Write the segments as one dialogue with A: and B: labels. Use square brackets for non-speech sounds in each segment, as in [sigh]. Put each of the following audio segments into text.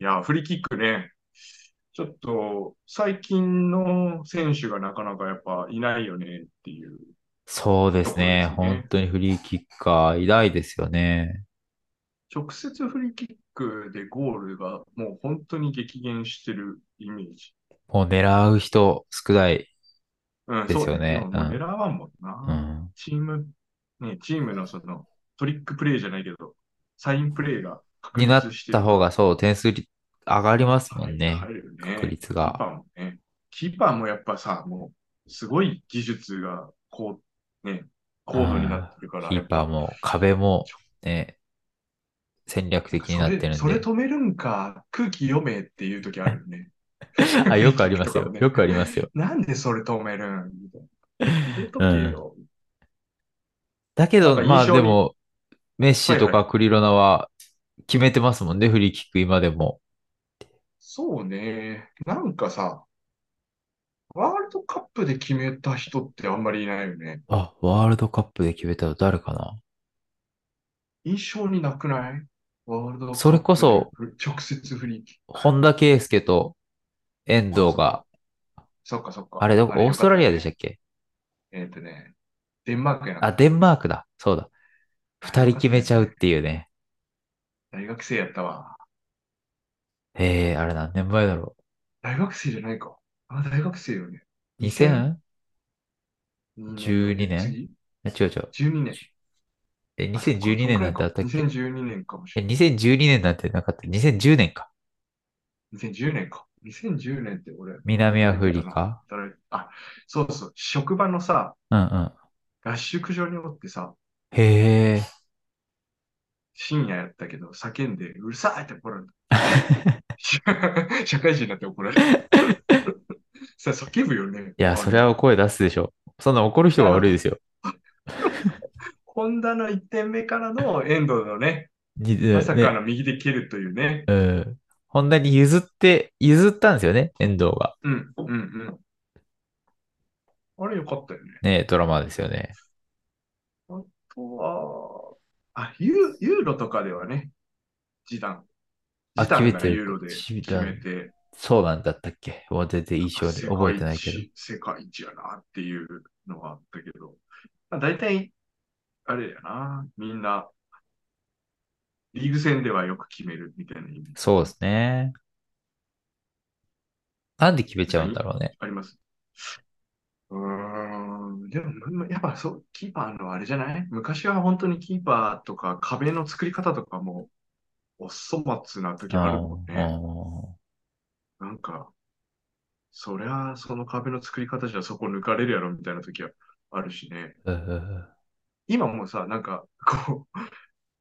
A: いや、フリーキックね。ちょっと、最近の選手がなかなかやっぱいないよねっていう。
B: そうで
A: と
B: す
A: ころで
B: ね。
A: す
B: 本
A: ね。
B: 当にフリーキッカー、偉大ですよね。
A: 直接フリーキックでゴールがもう本当に激減してるイメージ。
B: もう狙う人少ない
A: うん、
B: で
A: そ
B: す
A: う
B: よ
A: ね。で
B: ね。
A: も
B: う
A: もう狙
B: ん。
A: わんもん
B: う
A: な。
B: ん。
A: チーム、ね、チームのそのトリックプレイじゃないけど、サインプレイが確
B: になっ
A: 立して
B: た
A: る
B: 方が、そう、点数り上がりますも
A: は
B: ん
A: い、
B: ね。
A: 入る
B: 確
A: ね。
B: 率
A: キーパ
B: が。
A: ーもね。キーパーもやっぱさ、もう、すごい技術が、こう、ね、
B: う
A: 高度になっ
B: ん。
A: てるから、
B: キ
A: や
B: ー
A: っ
B: パ
A: ぱ、
B: ーも壁も
A: ちょ
B: ね、戦略的に
A: そ
B: なって
A: れ、
B: るん
A: それ
B: で。
A: 止めるんか、空気読めっていう時あるよね。
B: [laughs] あ、
A: フリ
B: よ
A: ー
B: く
A: キ
B: あ
A: ッ
B: り
A: ク
B: ま
A: と
B: す
A: かも [laughs]
B: よ。
A: ね。
B: よくありますよ。
A: なんでそれ止めるんみたいな。入れと
B: う
A: け
B: ん。
A: よ。
B: だけ
A: なん
B: ど、
A: か
B: ま
A: 印
B: あで
A: 象に、
B: も、メッシ
A: はい
B: と
A: はい。
B: かクリロナは決めてますもんね、フリーキック今でも。
A: そうね。なんかさ、ワールドカップで決めた人ってあんまりいないよね。
B: あ、ワールドカップで決めたの誰かな
A: 印象になくないワールド
B: そ
A: カ
B: れ
A: ッ
B: こ
A: プでフ
B: そ、
A: 直接フリーキック。はい。
B: 本田圭佑と遠
A: あ、
B: 藤
A: そっか。
B: が、
A: そっかそっ
B: あ
A: か。
B: れど
A: あ
B: こ、
A: れ
B: オー
A: よ
B: ス
A: か
B: ト
A: っ
B: ラ
A: た
B: リアでした
A: ね。
B: っけ
A: えっとね、デンマークやん
B: あ、
A: な。
B: デンマークだ。そうだ。
A: あ、
B: 二
A: よ
B: 人
A: かっ
B: 決
A: た
B: め
A: よ
B: ちゃうっ
A: ね。
B: ていうね。
A: 大学生やったわ。
B: ええあれ何年前だろ
A: 大学生じゃないか。あ、大学生よね。
B: う。
A: 2002年だよ
B: 2012
A: ね。
B: 年
A: 次
B: え、違う違う。
A: ?12 年。
B: え、
A: あ、そっか。
B: 2012
A: そんくら
B: 年ないんてあ
A: か。
B: ったっけ
A: 2012年かもし
B: え、
A: れない。
B: 2012年なんてなかった。2010年か。
A: 2010年か。2010年って俺、
B: 南ア
A: 働い
B: フ
A: てた
B: リ
A: な。
B: カ
A: 働いて、あ、そうそう。職場のさ、
B: うんうん。
A: 合宿所におってさ、
B: へえ。
A: 深夜やったけど、叫んで、うるさいって怒られた。
B: [laughs]
A: 社会人になって怒られた。さ、叫ぶよね、
B: いや、
A: あ
B: そ
A: あい
B: り
A: う
B: ゃ
A: の。
B: 声出すでしょ。そんな怒る人
A: あ
B: が
A: の、
B: 悪いですよ。
A: ホンダの1点目からの遠藤のね、
B: に
A: ま
B: で
A: さか
B: ね、
A: の右で蹴るというね。
B: うん。ホンダに譲って、譲ったんですよね、遠藤が。
A: うん、うん、うん。あれよかったよね。
B: ね、ドラマですよね。
A: あとは、あ、ユー、ユーロとかではね、ジダン。
B: あ、
A: ジ
B: 決
A: ダ
B: め
A: ンが
B: てる
A: ユー
B: か。
A: ロで
B: チビ
A: 決
B: タ
A: め
B: ン、
A: て、
B: そうなんだったっけもう全然
A: なん
B: 印
A: か
B: 象に
A: 世
B: 覚え
A: 界
B: てないけど。
A: 一、世界一やなっていうのがあったけど、まあ、大体、あれやな、みんな、リーグ戦ではよく決めるみたいなイメージ
B: そ
A: か
B: うで
A: な。
B: すね。なんで決め
A: な
B: ち
A: ん
B: ゃ
A: か
B: うんだ
A: い、
B: ろうね。
A: ありますうーん、でも、まやっぱそう、キーパーのあれじゃない昔は本当にキーパーとか壁の作り方とかも、お粗末な時
B: あ
A: あるもん
B: あ、
A: ね。
B: ああ
A: なんか、そりゃ、その壁の作り方じゃそこ抜かれるやろみたいな時はあるしね。
B: うんうんうん
A: 今もさ、なんか、こう、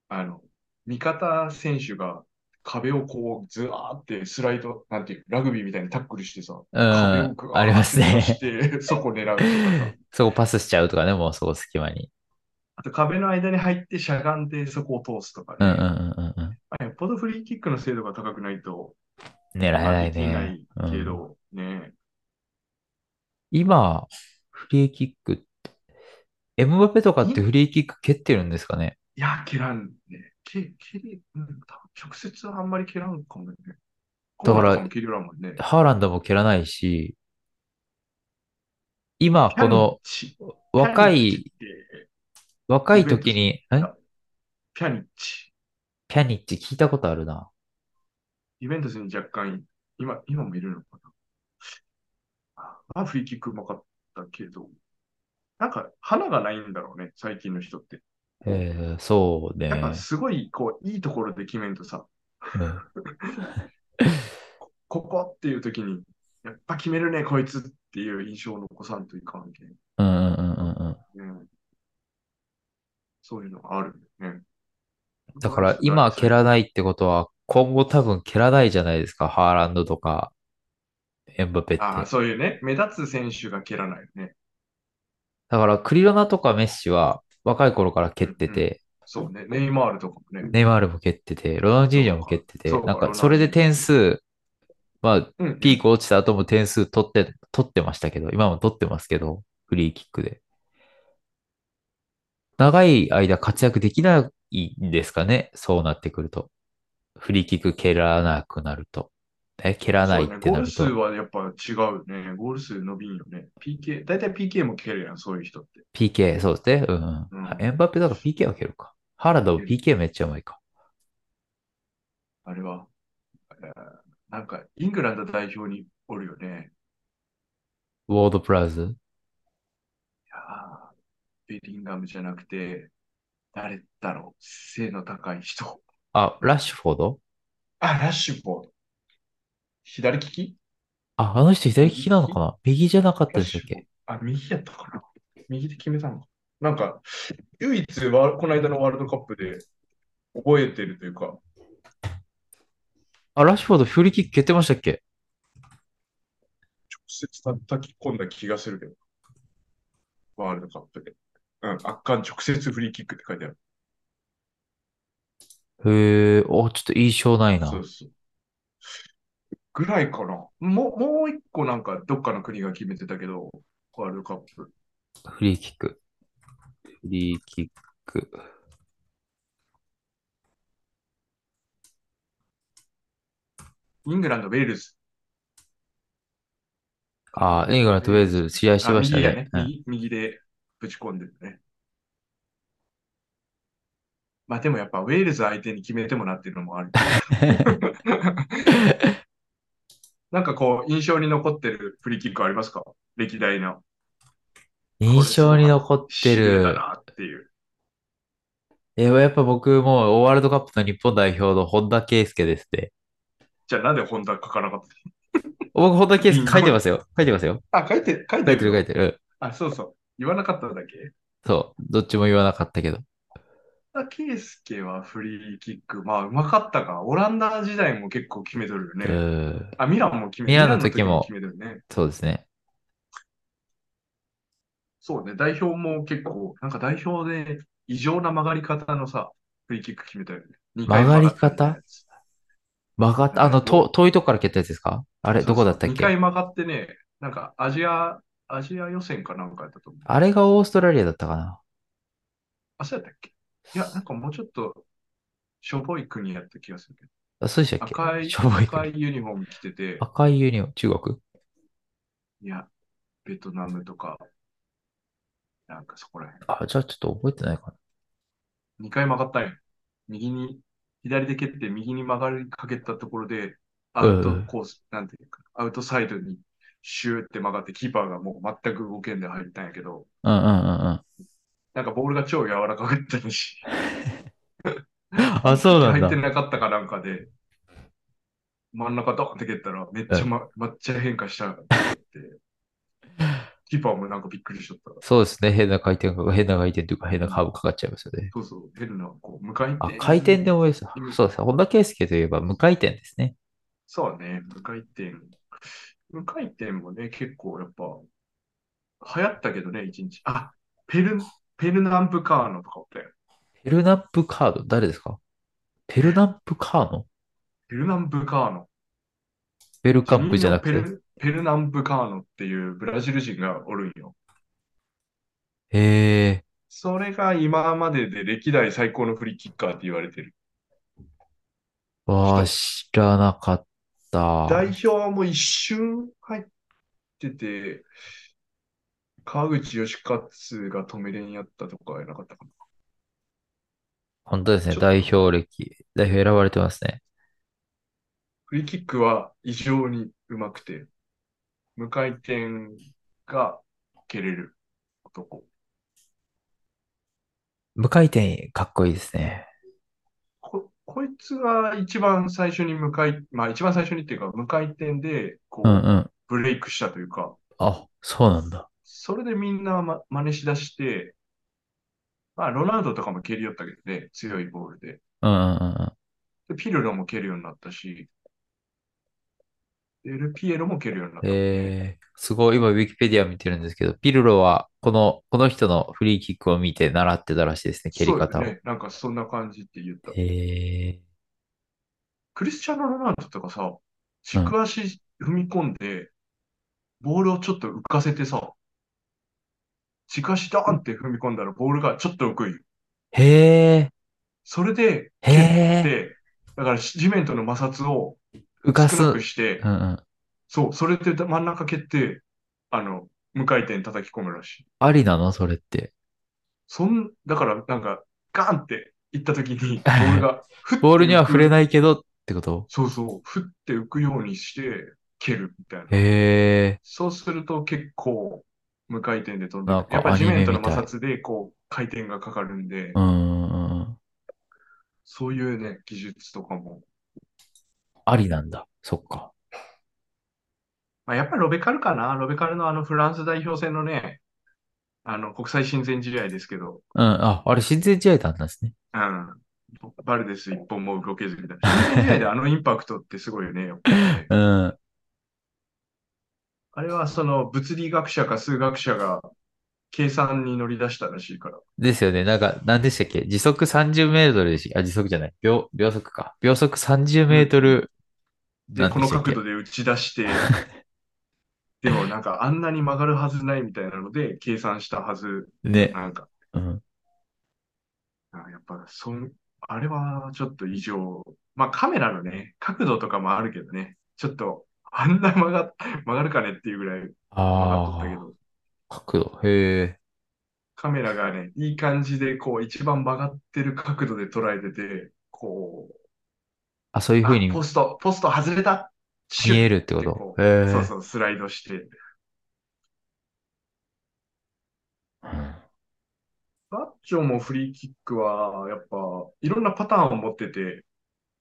A: あの、味方選手が壁をこう、ずわーってスライド、なんていう、ラグビーみたいにタックルしてさ、
B: う
A: 壁を
B: ん、
A: ぐ
B: あり
A: わー
B: ま
A: っ
B: す
A: て刺し
B: ね。
A: て、そこ狙うとかさ。
B: そこパスしちゃうとかね、もうそこ隙間に。
A: あと壁の間に入ってしゃがんでそこを通すとか
B: うんうん
A: ね。
B: うんうんうん。
A: まあよっぽどフリーキックの精度が高くないと、
B: 狙え
A: まあ
B: な
A: で
B: い
A: きな
B: ね。
A: いうけ
B: ん。
A: ど、ね。
B: 今、フリーキックって、エムバペとかっ
A: い、
B: て
A: い
B: フリーキック蹴ってるんですかね。
A: や、蹴らんね。蹴、蹴り、うん、多分直接はあんまり蹴らんかもね。
B: だ
A: コー
B: か、
A: ナーとからも蹴りよらんもんね。
B: ハーランドも蹴らないし、今、
A: キャ
B: こ
A: ニッ
B: の、
A: チ、キャ
B: 若
A: ニッチっ
B: い、
A: て、
B: 若
A: ユ
B: い
A: ベント
B: 時
A: ス
B: に、ん
A: だ。キャニッチ。
B: ピャニッチ聞いたことあるな。
A: ユベントスに若干、今、今もいるのかな。まあ、フリーキックうまかったけど、なんか、花がないんだろうね、最近の人って。
B: えー、そ
A: [laughs]
B: う
A: やっぱ、
B: ね。
A: すごい、こう、いいところで決めんとさ、
B: うん。
A: こここっていう時に、やっぱ決めるね、こいつっていう印象を残さんといかんけん。
B: うんうんうんうんうん。
A: うん、そういうのがあるよね。こ
B: だ
A: れ
B: か
A: はちょっと
B: ら
A: あれ
B: 今
A: さ
B: 蹴
A: れ、
B: らないってことは今後多分蹴らないじゃないですか。ハーランドとかエムバペっ
A: ああ、
B: て。
A: そういうね、目立つ選手が蹴らないよね。
B: だからクリロナとかメッシは若い頃から蹴
A: う
B: っ
A: ん
B: て
A: うん。
B: て、
A: そうね、ネイマールとかもね。
B: ネイマールも蹴ってて、ロナウジー
A: そ
B: ニョ
A: う
B: も蹴っ
A: か、
B: てて、
A: そう
B: なん
A: か、
B: か
A: ロ
B: そ
A: ナウ
B: れで
A: ジーニョも
B: 点
A: ね。
B: 数、まあ
A: うんう
B: ピー
A: ん。
B: ク落ちた後も点数取って、取ってましたけど、今も取ってますけど、フリーキックで。長い間活躍できないんですかね。そうなってくると。フリーキック蹴らなくなると。え、蹴らな
A: そ
B: いうっ
A: だね。
B: て
A: ゴ
B: な
A: ール
B: る
A: 数
B: と、
A: はやっぱ違うね。ゴール数伸びんよね。PK、だいたい PK も蹴るやん、そういう人って。
B: PK、そうですね。うんうん
A: う
B: あ。
A: ん。
B: エンバペだから PK は蹴るか。ハラドも
A: 蹴る
B: PK めっちゃうまいか。
A: あれは、えーなんか、イングランド代表におるよね。
B: ウォードプライズ
A: いやーベリンガムじゃなくて、誰だろう。背の高い人。
B: あ、ラッシュフォード
A: あ、ラッシュフォード。左利き
B: あ、あの人左利
A: 右
B: き
A: 利
B: なのか
A: き
B: な右じゃなかっ
A: ラ
B: た
A: ッ
B: でしたっ
A: シュフォー
B: け
A: ド。あ、右やったかな。右で決めたのか。なんか、唯一は、この間のワールドカップで覚えてるというか、
B: あ、ラッシュフォードフリーキック蹴ってましたっけ
A: 直接叩き込んだ気がするけど、ワールドカップで。うん、圧巻直接フリーキックって書いてある。
B: へえ、お、ちょっと印象ない
A: そ
B: な。
A: うそう。ぐらいかな。もう、もう一個なんか、どっかの国が決めてたけど、ワールドカップ。
B: フリーキック。フリーキック。
A: イングランド、ウェールズかな。
B: あ、イングラン
A: ウ
B: ド、
A: ェ
B: ウ
A: ー
B: ェー
A: ルズ。
B: ルズ、試合して
A: あ、
B: ました
A: 右や
B: ね。
A: ね。
B: うん。
A: 右、右でぶち込んでるね。まあでもやっぱウェールズ相手に決めてもらってるのもある。なんかこう、印象に残ってるフリーキックありますか歴代の。 [laughs] これ
B: 印
A: す
B: 象
A: ご
B: に
A: かっ
B: 残って
A: しびれた
B: る。
A: なっていう。
B: え、やっぱ僕もうワールドカップの日本代表の本田圭佑ですね。
A: じゃあなんで本田書かなかった
B: 僕、本田圭
A: 微
B: 佑書いて
A: 妙
B: ま
A: [laughs]
B: すよ。書いてますよ。
A: あ、書いて、書い
B: 書
A: て
B: いて
A: る
B: る書い
A: の
B: てる。
A: あ、そうそう。言わなかっただけ。
B: そう。どっちも言わなかったけど。
A: 本田圭佑はフリーキック、まあ、うまかったか。オランダ時代も結構決めとるよ
B: う
A: ね。
B: ん。
A: あ、ミランも決め、
B: ミ
A: ミ
B: ラン
A: ラ
B: の
A: ンの
B: 時
A: 時も
B: も、
A: 決めとるね。
B: そうですね。
A: そうね、代表も結構、なんか代表で異常な曲がり方のさ、フリーキック決めたよね。2
B: 曲
A: 回
B: が
A: 曲
B: り
A: がったみたいな
B: 方
A: やつ。
B: 曲がった、あ
A: なん
B: の、
A: か
B: と、
A: ど、
B: 遠いとこから蹴ったやつですかあれ、
A: そ
B: ど
A: う
B: こだ
A: そ
B: っ
A: う、
B: たっ
A: 2
B: け
A: 回曲がってね、なんかアジア、アジア予選かなんかやったと思う。
B: あれがオーストラリアだったかな
A: あ、そうやったっけいや、なんかもうちょっとしょぼい国やった気がするけど。
B: あ、そうでしたっけ
A: 赤い、
B: しょぼい
A: 赤
B: 国。
A: いユニフォーム着てて、
B: 赤いユニオン、中国
A: いや、ベトナムとか、なんかそこら辺。
B: あ、じゃあちょっと覚えてないかな。
A: 2回曲がったんよ。右に、左で蹴って右に曲がりかけたところで、ア
B: う
A: ウ
B: んう
A: ト
B: ん。
A: コース、なんていうか、アウトサイドにシューって曲がって、キーパーがもう全く動けんで入ったんやけど、
B: うんうんうんうん。
A: なんかボールが超柔らかかったらしい。
B: [laughs] あ、
A: 一
B: そう
A: 匹入
B: なん
A: って
B: だ。
A: なかったかなんかで、真ん中ドーンって蹴ったら、めっ
B: う
A: ちゃ、
B: ん。
A: ま、めっちゃ変化したって言って、
B: [laughs]
A: キーパーもなんかびっくりしちゃった
B: そうですね。変な回転が、変な回転というか変な
A: う
B: カーブ
A: ん
B: かかっちゃいますよね。
A: そうそう、変な、こう、無回
B: あ、
A: 転
B: 回転で
A: に、
B: 思い出した。
A: 意味
B: そうですね。本田圭佑といえば無回転ですね。
A: そうね、無回転。無回転もね、結構やっぱ、流行ったけどね、一日。あ、ペル、ペルナンプカーノとかおったよ。
B: ペルナップカード、誰ですかペルナップカーノ
A: ペルナンプカーノ。
B: ベルカ
A: ジ
B: ン
A: ミ
B: プ
A: ー
B: じゃ
A: ノ・
B: なく
A: ペ
B: て。
A: ル、ペルナンプカーノっていうブラジル人がおるんよ。
B: へえ。
A: それが今までで歴代最高のフリーキッカーって言われてる
B: わあ、
A: 人。
B: 知らなかっ
A: 代
B: た。
A: 表も一瞬入ってて、川口義勝が止めれんやったとかやなかったかな。
B: 本当ですね。
A: ちょっ
B: 代
A: と、
B: 表歴。代表選ばれてますね。
A: フリーキックは異常にうまくて、無回転が蹴れる男。
B: 無回転、かっこいいですね。
A: こ、こいつが一番最初に無回、まあ一番最初にっていうか無回転で
B: うん
A: こ
B: うん。
A: うブレイクしたというか、
B: あ、そうなんだ。
A: それでみんなま、真似しだして、まあロナウドとかも蹴りよったけどね、強いボールで。
B: うんうんうんうん。
A: で、ピルロも蹴るようになったし、でエルピエロも蹴るようになったもんね。
B: えー、すごい、今、ウィキペディア見てるんですけど、ピルロは、この、この人のフリーキックを見て習ってたらしいですね、蹴り
A: そうよ
B: 方を。
A: ね。なんかそんな感じって言った。
B: え
A: クリスチャーノ・ロナウドとかさ、
B: ー、うん。
A: 軸足踏み込んで、ボールをちょっと浮かせてさ、軸足ダーンって踏み込んだらボールがちょっと浮くんよ。
B: へえ、
A: それで蹴っ
B: へえ、
A: て、だから地面との摩擦を
B: 浮かす。
A: 少
B: う
A: なんくして、
B: うん。
A: そう、それで真ん中蹴って、あの、無回転叩き込むらしい。
B: ありなのそれって。
A: そん、だからなんか、ガンって行った時
B: [laughs]
A: に、ボールが、
B: ボールには触れ
A: い。
B: ないけどってこと
A: そうそう、振って浮くようにして、蹴るみたいな。
B: へえ。
A: そうすると結構、無回転で飛んで
B: なん
A: く
B: か
A: る、やっぱ地面と
B: アニメみ
A: の
B: たい
A: 摩擦で、こう、回転がかかるんで
B: う、んうんうん。
A: そういうね、技術とかも。
B: ありなんだ。そっか。
A: まあ、やっぱロベカルかな。ロベカルのあのフランス代表戦のね、あの、国際親善試合ですけど、
B: うん。あ、あれ、親善試合だったんですね。
A: うん。バルデス一本も動けずみたいな。親善試合であのインパクトってすごいよね。やっぱり
B: [laughs]
A: ね
B: うん。
A: あれはその物理学者か数学者が計算に乗り出したらしいから。
B: ですよね。なんか、何でしたっけ時速30メートルでし、あ、時速じゃない。秒、秒速か。秒速30メートル。
A: で、この角
B: 度。
A: 度で打ち出
B: [laughs]
A: して、でもなんかあんなに曲がるはずないみたいなので計算したはず、
B: ね。
A: なんか、
B: うん。
A: あやっぱそん、あれはちょっと異常。まあカメラのね、角度とかもあるけどね、ちょっとあんな曲が、曲がるかねっていうぐらい曲がっと
B: あ
A: ったけ
B: あ。
A: ど、
B: 角度。へえ。
A: カメラがね、いい感じでこう一番曲がってる角度で捉えてて、こう、
B: あ、そういう風に
A: あポスト、ポスト外れたシュ
B: 見
A: ッ
B: えるってこ
A: で
B: と
A: こ。
B: へえ。
A: そうそう、スライドして。
B: うん
A: バッジョもフリーキックは、やっぱ、いろんなパターンを持ってて、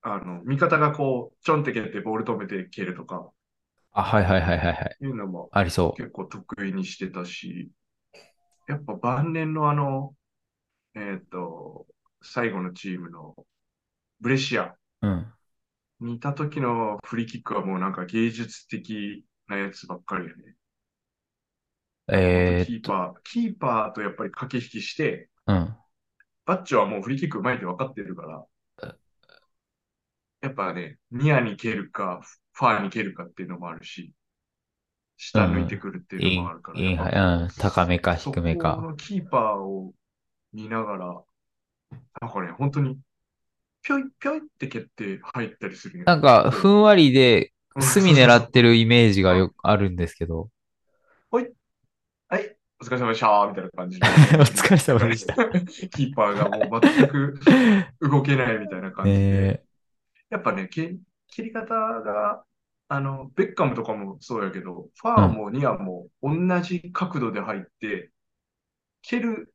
A: あの、味方がこう、ちょんって蹴ってボール止めて蹴るとか、
B: あ、はいはいはいはいはい。
A: いうのも
B: ありそう。
A: 結構得意にしてたし、やっぱ晩年のあの、えっと、最後のチームのブレシア
B: うん。
A: にいた時のフリーキックはもうなんか芸術的なやつばっかりやね。
B: え
A: キ
B: ーっ
A: ーパー、キーパーとやっぱり駆け引きして、
B: と、うん。
A: バッチョはもうフリーキックうまいって分かってるから
B: え、
A: やっぱね、ニアに蹴るか、ファーに蹴るかっていうのもあるし、下抜いてくるっていう
B: イ
A: の
B: ン
A: もあるか、ら、
B: イン
A: やっ
B: ハ
A: ぱ
B: イ、うん。高めか
A: そ
B: 低
A: こ
B: めか。
A: のキーパーを見ながら、なんかね、本当に、ぴょいぴょいって蹴って入ったりするよね
B: なんか、ふんわりで、
A: うん
B: 隅狙ってるイメージ
A: [laughs]
B: がよくあるんですけど。
A: はい、お疲れ様でしたーみたいな感じで
B: [laughs] お疲れ様でした。
A: [laughs] キーパーがもう全く動けないみたいな感じで。
B: え
A: やっぱね、け切り方が、あの、ベッカムとかもそうやけど、ファーもニアも同じ角度で入って、蹴る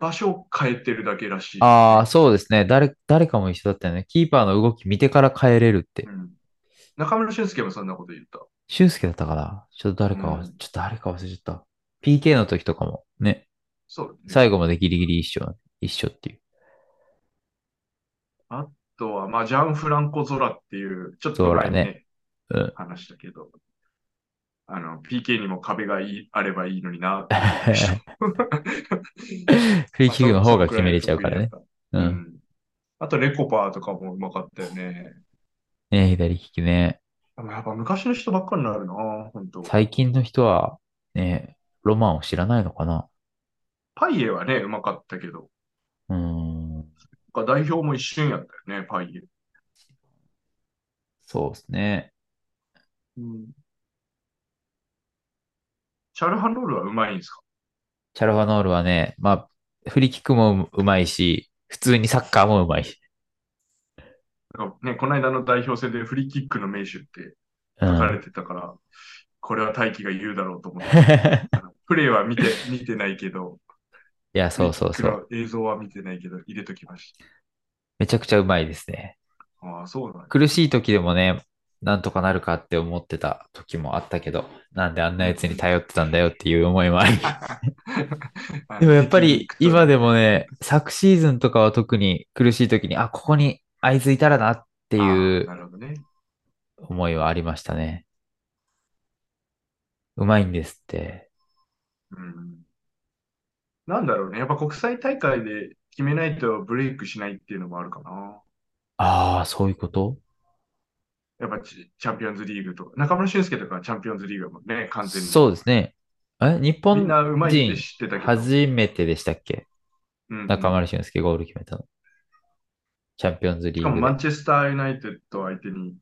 A: 場所を変えてるだけらしい。
B: ー、ああ、そうですね。誰、誰かも一緒だったよね。キーパーの動き見てから変えれるって
A: う。ん。中村俊輔もそんなこと言った。
B: 俊介だったかなちょっと誰かは、
A: うん
B: ちょっと誰か忘れちゃった。PK の時とかもね、
A: そうね、
B: 最後までギリギリ一緒、一緒っていう。
A: [laughs] あとは、まあ、ジャン・フランコ・ゾラっていう、ちょっと前にね、
B: ゾラねうん
A: 話したけど、あの、PK にも壁がいいあればいいのに
B: [laughs]
A: な。
B: フリーキックの方が決めれちゃうからね。。
A: う
B: う。
A: んん。あと、レコパーとかもうまかったよね。
B: ね左利きね。
A: でもやっぱ昔の人ばっかりになるな、本当。
B: 最近の人は、ね、ロマンを知らないのかな
A: パイエはね、うまかったけど、
B: うーん。
A: 代表も一瞬やったよね、パイエ。
B: そうですね。
A: チャルハノールはうまいんですか
B: チャルファノールはね、まあ、フリーキックもうまいし、普通にサッカーもうまいし。
A: なんかね、この間の代表戦でフリーキックの名手って
B: う
A: 書かれ
B: ん。
A: てたから、これは大輝が言うだろうと思って、
B: [laughs]
A: あのプレーは見て、見てないけど、
B: [laughs] いや、そうそう
A: フ
B: そ
A: リー
B: う。
A: キックの映像は見てないけど、入れときまし
B: めちゃくちゃうまいですね。
A: た。ああ、そうなんだ。
B: 苦しい時でもね、なんとかなるかって思ってた時もあったけど、なんであんなやつに頼ってたんだよっていう思いもあり。でもやっぱり今でもね、昨シーズンとかは特に苦しい時に、あ、ここにあいついたらなっ
A: て
B: ていう
A: なるほどね。
B: 思いはありましたね。うまいんですって。
A: うんなんだろうね。やっぱ国際大会で決めないとブレイクしないっていうのもあるかな。
B: ああ、そういうこと
A: やっぱチチャンピオンズリーグとか、中村俊輔とかはチャンピオンズリーグだもんね、完全に。
B: そうですね。え、日
A: みん
B: 本
A: なうまいって知ってたけど。
B: 初めてでしたっけ
A: うん
B: 中村俊輔ゴール決めたの。チャンピオンズリ
A: し
B: ー
A: かも
B: グ
A: マ
B: で。
A: ンチェスターユナイテッド相手に、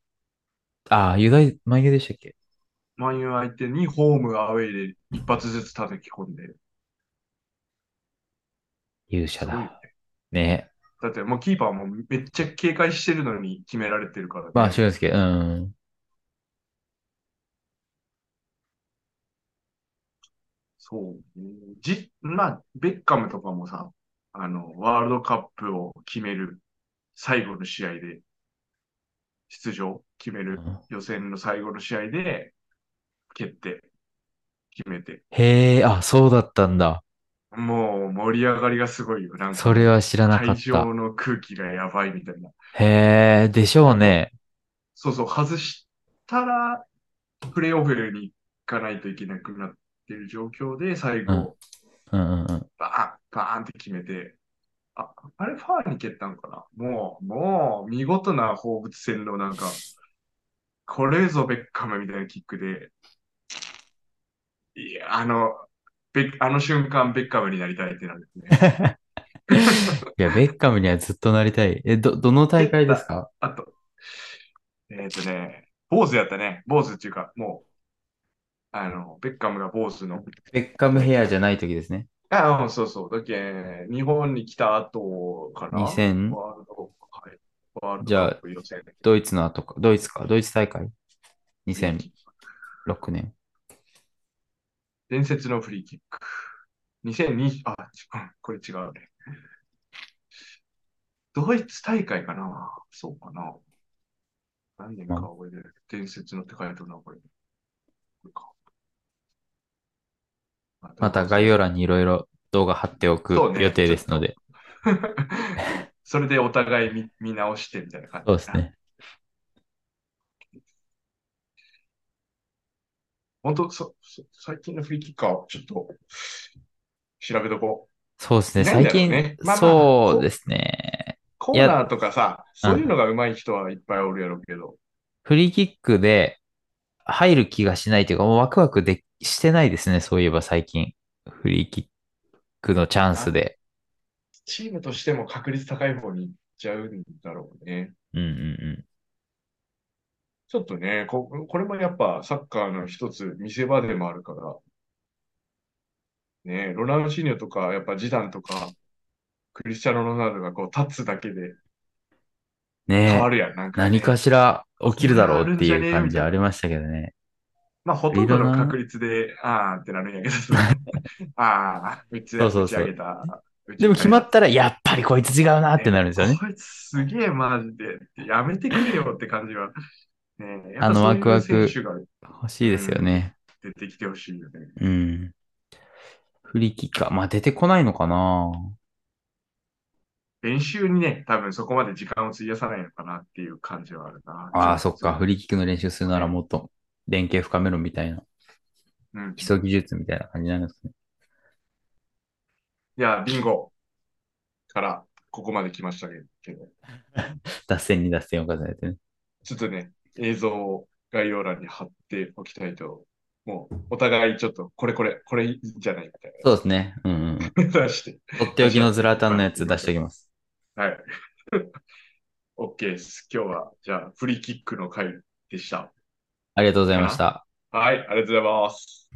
B: ああ、ユダイ、マユでしたっけ
A: マンユ相手にホームアウェイで一発ずつ叩き込んで。
B: 勇者
A: すごいね
B: だ。ね。
A: だってもうキーパーもめっちゃ警戒してるのに決められてるからね。
B: まあ、俊介、うん。
A: そうね。じ、まあ、ベッカムとかもさ、あの、ワールドカップを決める最後の試合で、出場決める予選の最後の試合で、決定、決めて。
B: へえ、あ、そうだったんだ。
A: もう盛り上がりがすごいよ。なんか、
B: それは知らなかっ
A: 会
B: た。
A: 場の空気がやばいみたいな。
B: へえ、でしょうね。
A: そうそう、外したら、プレイオフに行かないといけなくなってる状況で、最後、
B: うんうんうんうん。
A: バーン、バーンって決めて、あ、あれファーに蹴ったんかなもう、もう、見事な放物線のなんか、これぞベッカムみたいなキックで、いや、あの、ベッあの瞬間、ベッカムになりたいってなるんですね。
B: いや、ベッカムにはずっとなりたい。え、ど、どの大会ですか
A: あと、えっ、とね、坊主やったね。坊主っていうか、もう、あの、ベッカムが坊主の、
B: ベッカムヘアじゃない時ですね。
A: あ、うんそうそう、だけん日本に来た後かな、
B: 2000
A: ワールドカップはいワール
B: じゃ
A: ド
B: あ
A: カップ予選。
B: ドイツの後か、ドイツか、ドイツ大会 ?2006 年。
A: 伝説のフリーキック。2020、あ、うんこれ違うね。ドイツ大会かなそうかな何年か覚えてる。伝説のって書いてるな、これ。これか
B: また概要欄にいろいろ動画貼っておく
A: そうね
B: 予定ですので。
A: [laughs] それでお互い見見直してみたいな感じ
B: そうです。ね。
A: 本当そ、そ最近のフリーキッカーをちょっと調べとこう。
B: そうですね。
A: なん
B: 最
A: だろう
B: 近、
A: ねまあまあ
B: そうですね。
A: コーナーとかさ、
B: うん
A: そういうのが上手い人はいっぱいおるやろうけど。
B: フリーキックで入る気がしないというか、もうワクワクでしてないですね。そういえば最近。フリーキックのチャンスで。
A: チームとしても確率高い方に行っちゃうんだろうね。
B: うんうん
A: ちょっとね、ここれもやっぱサッカーの一つ見せ場でもあるから。ねロナウシーニョとか、やっぱジダンとか、クリスチャーノ・ロナウドがこう立つだけで
B: うん。ね
A: 変
B: え
A: わ。るやん。なんかね、
B: 何かしら起きるだろうっていう感じはありましたけどね。
A: まあ、ほとんどの確率で、あーってなるんやけどさ。
B: [laughs]
A: あー、打ち
B: そうそうそう
A: 打ち上げた。
B: でも決ま
A: っ
B: ったら、やっぱりこいつ違うなってなるんですよね。
A: こいつすげえマジで。やめてくれよって感じは。ねや
B: あ
A: っぱ
B: の
A: そう
B: ワクワク
A: いう選手が
B: 欲しいですよね。
A: 出てきてほしいよね。
B: うん。フリーキックか。まあ出てこないのかな
A: 練習にね、多分そこまで時間を費やさないのかなっていう感じはあるな。
B: ああ、そっか。フリーキックの練習するならもっと連携深めろみたいな。
A: うん。
B: 基礎技術みたいな感じなんですね。
A: いや、ビンゴからここまで来ましたけど、
B: 脱線に脱線を重ねてね。
A: ちょっとね、映像を概要欄に貼っておきたいと、もうお互いちょっとこれこれ、これいいんじゃないみたい
B: そうですね。うんうんうん。
A: な出して。
B: とっておきのズラタンのやつ出しておきます。
A: はい。OK です。今日はじゃあフリーキックの回でした。
B: ありがとうございました。
A: はい、ありがとうございます。